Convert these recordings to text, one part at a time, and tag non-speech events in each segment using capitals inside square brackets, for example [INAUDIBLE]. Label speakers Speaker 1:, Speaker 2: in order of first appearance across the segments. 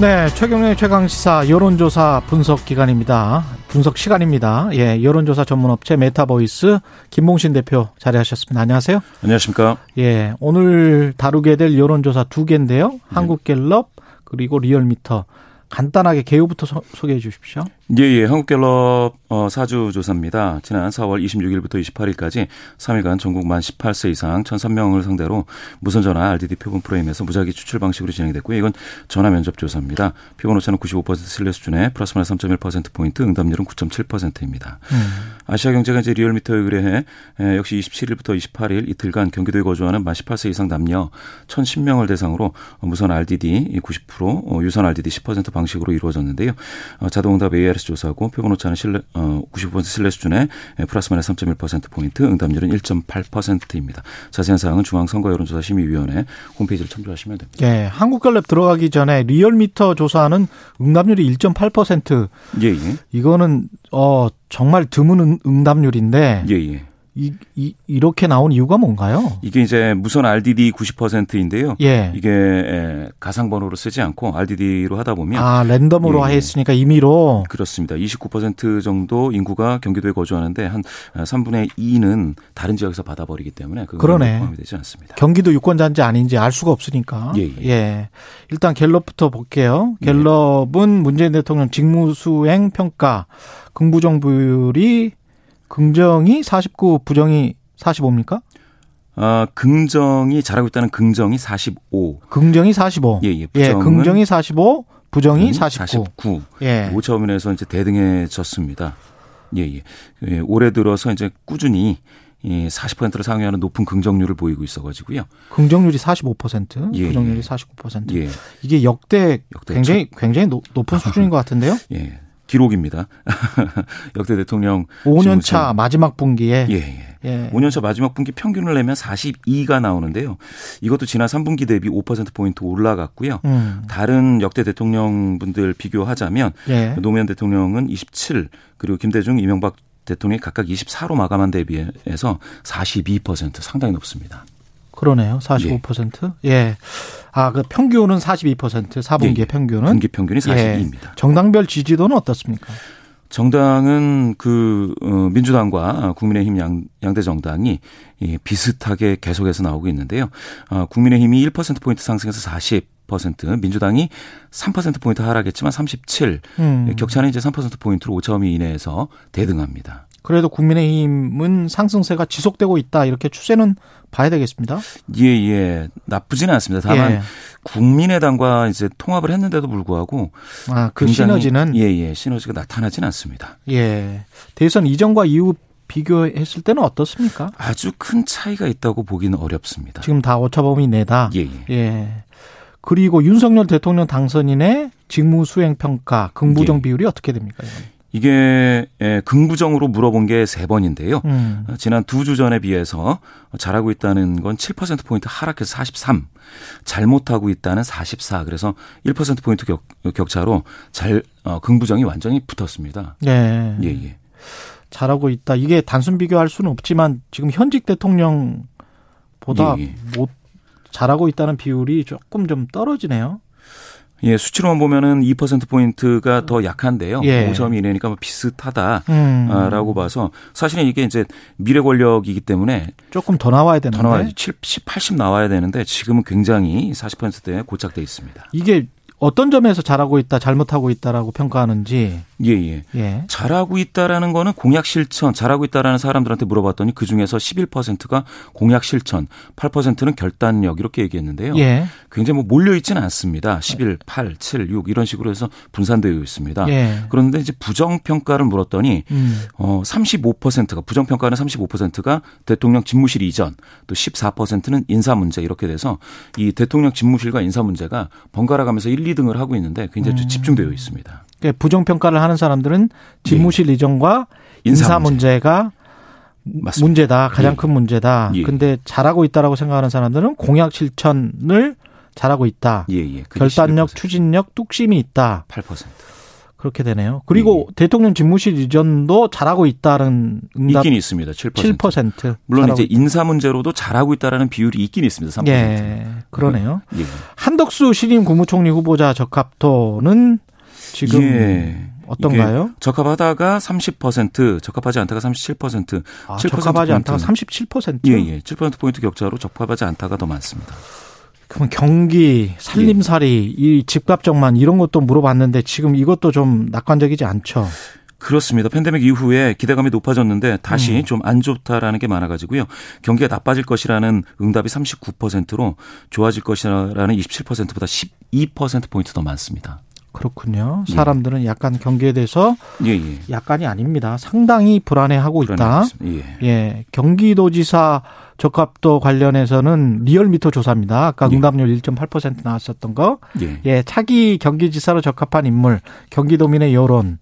Speaker 1: 네, 최경련의 최강 시사 여론조사 분석 기간입니다. 분석 시간입니다. 예, 여론조사 전문 업체 메타보이스 김봉신 대표 자리하셨습니다. 안녕하세요.
Speaker 2: 안녕하십니까?
Speaker 1: 예, 오늘 다루게 될 여론조사 두 개인데요. 한국갤럽 그리고 리얼미터 간단하게 개요부터 소, 개해 주십시오.
Speaker 2: 예, 예. 한국갤럽 어, 사주 조사입니다. 지난 4월 26일부터 28일까지 3일간 전국 만 18세 이상 1,003명을 상대로 무선 전화 RDD 표본 프레임에서 무작위 추출 방식으로 진행이 됐고요. 이건 전화 면접 조사입니다. 표본 오차는 95% 신뢰 수준에 플러스 마이너스 3.1% 포인트, 응답률은 9.7%입니다. 아시아 경제가 이제 리얼미터에 의뢰해 에, 역시 27일부터 28일 이틀간 경기도에 거주하는 만 18세 이상 남녀 1,010명을 대상으로 어, 무선 RDD 90%, 어, 유선 RDD 10% 방식으로 이루어졌는데요. 어, 자동응답 ARS 조사하고 표본 오차는 신뢰 어, 90% 신뢰 수준에 에, 플러스 마이너스 3.1% 포인트, 응답률은 1.8%입니다. 자세한 사항은 중앙선거여론조사심의위원회 홈페이지를 참조하시면 됩니다.
Speaker 1: 예, 한국갤럽 들어가기 전에 리얼미터 조사는 응답률이 1.8%
Speaker 2: 예, 예.
Speaker 1: 이거는 어 정말 드문 응- 응답률인데
Speaker 2: 예, 예.
Speaker 1: 이, 이 이렇게 나온 이유가 뭔가요?
Speaker 2: 이게 이제 무선 RDD 90%인데요.
Speaker 1: 예.
Speaker 2: 이게 에, 가상 번호로 쓰지 않고 RDD로 하다 보면
Speaker 1: 아, 랜덤으로
Speaker 2: 예, 예.
Speaker 1: 했으니까 임의로
Speaker 2: 그렇습니다. 29% 정도 인구가 경기도에 거주하는데 한 3분의 2는 다른 지역에서 받아버리기 때문에 그건
Speaker 1: 그러네.
Speaker 2: 포함이 되지 않습니다.
Speaker 1: 경기도 유권자인지 아닌지 알 수가 없으니까.
Speaker 2: 예, 예.
Speaker 1: 일단 갤럽부터 볼게요.
Speaker 2: 네.
Speaker 1: 갤럽은 문재인 대통령 직무수행 평가 긍부정부율이 긍정이 49, 부정이 45입니까?
Speaker 2: 아, 긍정이 잘하고 있다는 긍정이 45.
Speaker 1: 긍정이 45.
Speaker 2: 예, 예. 부정은
Speaker 1: 긍정이 45, 부정이 49.
Speaker 2: 49.
Speaker 1: 예.
Speaker 2: 오차 범위에서 이제 대등해졌습니다. 예, 예. 예, 올해 들어서 이제 꾸준히 이 40%를 상회하는 높은 긍정률을 보이고 있어가지고요.
Speaker 1: 긍정률이 45%,
Speaker 2: 예,
Speaker 1: 부정률이
Speaker 2: 예.
Speaker 1: 49%.
Speaker 2: 예,
Speaker 1: 이게 역대,
Speaker 2: 역대
Speaker 1: 굉장히 굉장히 높- 높은 수준인 것
Speaker 2: [LAUGHS]
Speaker 1: 같은데요.
Speaker 2: 예. 기록입니다. [LAUGHS] 역대 대통령
Speaker 1: 5년
Speaker 2: 직무상-
Speaker 1: 차 마지막 분기에
Speaker 2: 예, 예.
Speaker 1: 예.
Speaker 2: 5년차 마지막 분기 평균을 내면 42가 나오는데요. 이것도 지난 3분기 대비 5%포인트 올라갔고요.
Speaker 1: 음.
Speaker 2: 다른 역대 대통령분들 비교하자면
Speaker 1: 예.
Speaker 2: 노무현 대통령은 27, 그리고 김대중, 이명박 대통령이 각각 24로 마감한 데 비해서 42% 상당히 높습니다.
Speaker 1: 그러네요. 45%. 예. 아, 그 평균은 42%, 4분기의
Speaker 2: 예, 예.
Speaker 1: 평균은
Speaker 2: 분기 평균이 42입니다.
Speaker 1: 예. 정당별 지지도는 어떻습니까?
Speaker 2: 정당은 그 어, 민주당과 국민의힘 양, 양대 정당이 예, 비슷하게 계속해서 나오고 있는데요. 아, 국민의힘이 1% 포인트 상승해서 40%, 민주당이 3% 포인트 하락했지만 37.
Speaker 1: 음.
Speaker 2: 예, 격차는 이제 3% 포인트로 오차범위 이내에서 대등합니다.
Speaker 1: 그래도 국민의힘은 상승세가 지속되고 있다. 이렇게 추세는 봐야 되겠습니다.
Speaker 2: 예, 예. 나쁘지는 않습니다. 다만
Speaker 1: 예.
Speaker 2: 국민의당과 이제 통합을 했는데도 불구하고
Speaker 1: 아, 그
Speaker 2: 굉장히-
Speaker 1: 시너지는 예.
Speaker 2: 예, 예. 시너지가 나타나진 않습니다.
Speaker 1: 대선 이전과 이후 비교했을 때는 어떻습니까?
Speaker 2: 아주 큰 차이가 있다고 보기는 어렵습니다.
Speaker 1: 지금 다 오차범위 내다.
Speaker 2: 예, 예.
Speaker 1: 예. 그리고 윤석열 대통령 당선인의 직무 수행 평가 긍부정
Speaker 2: 예.
Speaker 1: 비율이 어떻게 됩니까? 이거는?
Speaker 2: 이게 예, 긍부정으로 물어본 게 세 번인데요.
Speaker 1: 음.
Speaker 2: 어, 지난 두 주 전에 비해서 잘하고 있다는 건 7%포인트 하락해서 43, 잘못하고 있다는 44. 그래서 1%포인트 격, 격차로 잘, 어, 긍부정이 완전히 붙었습니다.
Speaker 1: 예.
Speaker 2: 예, 예.
Speaker 1: 잘하고 있다. 이게 단순 비교할 수는 없지만 지금 현직 대통령보다
Speaker 2: 예, 예.
Speaker 1: 못 잘하고 있다는 비율이 조금 좀 떨어지네요.
Speaker 2: 예, 수치로만 보면은 2%포인트가 더 약한데요.
Speaker 1: 예.
Speaker 2: 5점 이내니까 뭐 비슷하다. 아,
Speaker 1: 음,
Speaker 2: 라고 봐서 사실은 이게 이제 미래 권력이기 때문에
Speaker 1: 조금 더 나와야 되는데
Speaker 2: 더 나와야지 70, 80 나와야 되는데 지금은 굉장히 40%대에 고착돼 있습니다.
Speaker 1: 이게 어떤 점에서 잘하고 있다, 잘못하고 있다라고 평가하는지
Speaker 2: 예, 예.
Speaker 1: 예.
Speaker 2: 잘하고 있다라는 거는 공약 실천, 잘하고 있다라는 사람들한테 물어봤더니 그 중에서 11%가 공약 실천, 8%는 결단력 이렇게 얘기했는데요.
Speaker 1: 예.
Speaker 2: 굉장히 뭐 몰려 있지는 않습니다. 11, 8, 7, 6 이런 식으로 해서 분산되어 있습니다.
Speaker 1: 예.
Speaker 2: 그런데 이제 부정 평가를 물었더니
Speaker 1: 음.
Speaker 2: 어 35%가 부정 평가는 35%가 대통령 집무실 이전, 또 14%는 인사 문제 이렇게 돼서 이 대통령 집무실과 인사 문제가 번갈아 가면서 1, 2등을 하고 있는데 굉장히
Speaker 1: 음.
Speaker 2: 집중되어 있습니다.
Speaker 1: 그러니까 부정 평가를 하는 사람들은 집무실 이전과 인사,
Speaker 2: 예. 인사
Speaker 1: 문제가
Speaker 2: 맞습니다.
Speaker 1: 문제다. 가장
Speaker 2: 예.
Speaker 1: 큰 문제다.
Speaker 2: 예.
Speaker 1: 근데 잘하고 있다라고 생각하는 사람들은 공약 실천을 잘하고 있다.
Speaker 2: 예, 예. 그게
Speaker 1: 결단력,
Speaker 2: 11%.
Speaker 1: 추진력, 뚝심이 있다.
Speaker 2: 8%.
Speaker 1: 그렇게 되네요. 그리고
Speaker 2: 예.
Speaker 1: 대통령 집무실 이전도 잘하고 있다는 응답
Speaker 2: 있긴 있습니다. 7%.
Speaker 1: 7%.
Speaker 2: 물론
Speaker 1: 잘하고
Speaker 2: 이제 인사 문제로도 잘하고 있다라는 비율이 있긴 있습니다. 3%.
Speaker 1: 있- 예. 그러네요.
Speaker 2: 예.
Speaker 1: 한덕수 신임 국무총리 후보자 적합도는 지금
Speaker 2: 예.
Speaker 1: 어떤가요?
Speaker 2: 적합하다가 30%, 적합하지 않다가 37%,
Speaker 1: 아,
Speaker 2: 7%
Speaker 1: 적합하지 않다가
Speaker 2: 포인트.
Speaker 1: 37%.
Speaker 2: 예, 예. 7%포인트 격차로 적합하지 않다가 더 많습니다.
Speaker 1: 그럼 경기, 살림살이,
Speaker 2: 예.
Speaker 1: 이 집값정만 이런 것도 물어봤는데 지금 이것도 좀 낙관적이지 않죠.
Speaker 2: 그렇습니다. 팬데믹 이후에 기대감이 높아졌는데
Speaker 1: 음.
Speaker 2: 다시 좀 안 좋다라는 게 많아가지고요. 경기가 나빠질 것이라는 응답이 39%로 좋아질 것이라는 27%보다 12%포인트 더 많습니다.
Speaker 1: 그렇군요. 사람들은 약간 경기에 대해서
Speaker 2: 예, 예.
Speaker 1: 약간이 아닙니다. 상당히 불안해하고 뭐 있다.
Speaker 2: 불안하겠습니다. 예.
Speaker 1: 예, 경기도지사 적합도 관련해서는 리얼미터 조사입니다. 아까
Speaker 2: 예.
Speaker 1: 응답률 1.8% 나왔었던 거.
Speaker 2: 예.
Speaker 1: 예, 차기 경기지사로 적합한 인물, 경기도민의 여론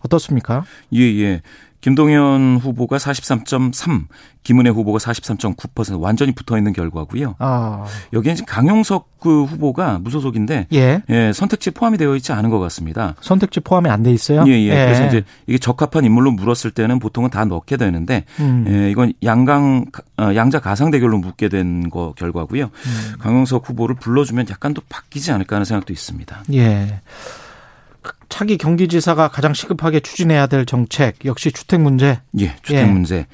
Speaker 1: 어떻습니까?
Speaker 2: 예, 예. 김동연 후보가 43.3, 김은혜 후보가 43.9% 완전히 붙어 있는 결과고요.
Speaker 1: 아,
Speaker 2: 여기에 이제 강용석 그 후보가 무소속인데
Speaker 1: 예,
Speaker 2: 예, 선택지 포함이 되어 있지 않은 것 같습니다.
Speaker 1: 선택지 포함이 안 돼 있어요.
Speaker 2: 예, 예. 그래서 이제 이게 적합한 인물로 물었을 때는 보통은 다 넣게 되는데
Speaker 1: 음,
Speaker 2: 예, 이건 양강 어, 양자 가상 대결로 묻게 된 거 결과고요. 강용석 후보를 불러주면 약간 또 바뀌지 않을까 하는 생각도 있습니다.
Speaker 1: 예. 차기 경기지사가 가장 시급하게 추진해야 될 정책 역시 주택 문제.
Speaker 2: 예, 주택
Speaker 1: 예.
Speaker 2: 문제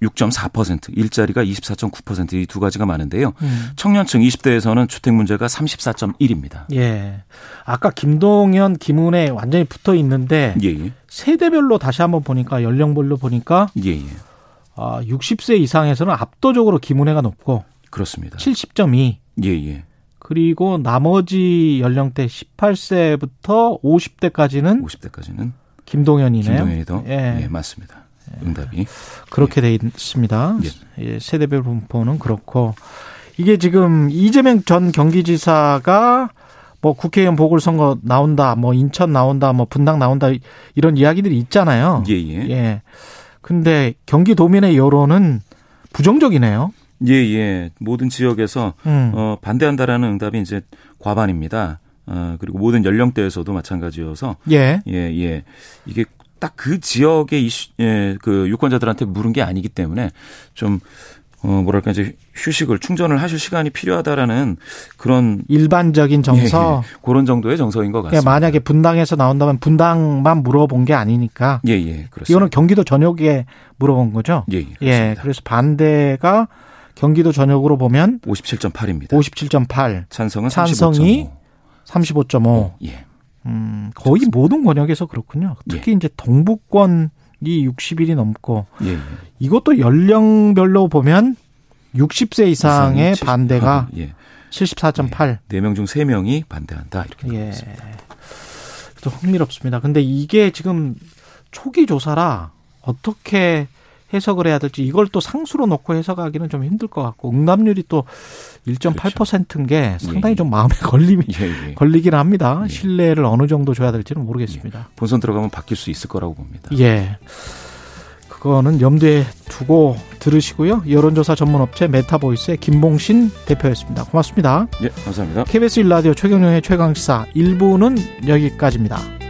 Speaker 2: 26.4%, 일자리가 24.9%이 두 가지가 많은데요. 청년층 20대에서는 주택 문제가 34.1입니다.
Speaker 1: 예. 아까 김동연, 김은혜 완전히 붙어 있는데
Speaker 2: 예, 예,
Speaker 1: 세대별로 다시 한번 보니까 연령별로 보니까
Speaker 2: 예, 예.
Speaker 1: 아, 60세 이상에서는 압도적으로 김은혜가 높고 네.
Speaker 2: 그렇습니다.
Speaker 1: 70.2
Speaker 2: 예, 예.
Speaker 1: 그리고 나머지 연령대 18세부터 50대까지는
Speaker 2: 50대까지는
Speaker 1: 김동연이네요.
Speaker 2: 김동연이 더
Speaker 1: 예.
Speaker 2: 예, 맞습니다. 응답이
Speaker 1: 그렇게 돼 있습니다. 예, 세대별 분포는 그렇고 이게 지금 이재명 전 경기지사가 뭐 국회의원 보궐선거 나온다, 뭐 인천 나온다, 뭐 분당 나온다 이- 이런 이야기들이 있잖아요.
Speaker 2: 예, 예.
Speaker 1: 예. 근데 경기도민의 여론은 부정적이네요.
Speaker 2: 예, 예. 모든 지역에서
Speaker 1: 음.
Speaker 2: 어, 반대한다라는 응답이 이제 과반입니다. 어, 그리고 모든 연령대에서도 마찬가지여서
Speaker 1: 예.
Speaker 2: 예, 예. 이게 딱 그 지역의 이슈, 예, 그 유권자들한테 물은 게 아니기 때문에 좀 어, 뭐랄까 이제 휴식을 충전을 하실 시간이 필요하다라는 그런
Speaker 1: 일반적인 정서.
Speaker 2: 예, 예. 그런 정도의 정서인 것
Speaker 1: 그냥
Speaker 2: 같습니다.
Speaker 1: 만약에 분당에서 나온다면 분당만 물어본 게 아니니까
Speaker 2: 예, 예. 그렇습니다.
Speaker 1: 이거는 경기도 전역에 물어본 거죠.
Speaker 2: 예, 예.
Speaker 1: 예.
Speaker 2: 그렇습니다.
Speaker 1: 그래서 반대가 경기도 전역으로 보면
Speaker 2: 57.8입니다.
Speaker 1: 57.8,
Speaker 2: 찬성은
Speaker 1: 찬성이 어.
Speaker 2: 35.5.
Speaker 1: 35.5.
Speaker 2: 예.
Speaker 1: 음, 거의 모든 권역에서 그렇군요. 특히 이제 동북권이 60일이 넘고
Speaker 2: 예, 예.
Speaker 1: 이것도 연령별로 보면 60세 이상의
Speaker 2: 칠십-
Speaker 1: 반대가
Speaker 2: 예.
Speaker 1: 74.8.
Speaker 2: 네 명 중 세명이 반대한다. 이렇게
Speaker 1: 예. 또 흥미롭습니다. 근데 이게 지금 초기 조사라 어떻게 해석을 해야 될지 이걸 또 상수로 놓고 해석하기는 좀 힘들 것 같고 응답률이 또 1.8%인 게 상당히
Speaker 2: 예.
Speaker 1: 좀 마음에 걸림이
Speaker 2: 예, 예.
Speaker 1: 걸리긴 합니다.
Speaker 2: 예.
Speaker 1: 신뢰를 어느 정도 줘야 될지는 모르겠습니다.
Speaker 2: 본선 들어가면 바뀔 수 있을 거라고 봅니다.
Speaker 1: 예. 그거는 염두에 두고 들으시고요. 여론조사 전문업체 메타보이스의 김봉신 대표였습니다. 고맙습니다.
Speaker 2: 예, 감사합니다.
Speaker 1: KBS 1라디오 최경영의 최강시사 1부는 여기까지입니다.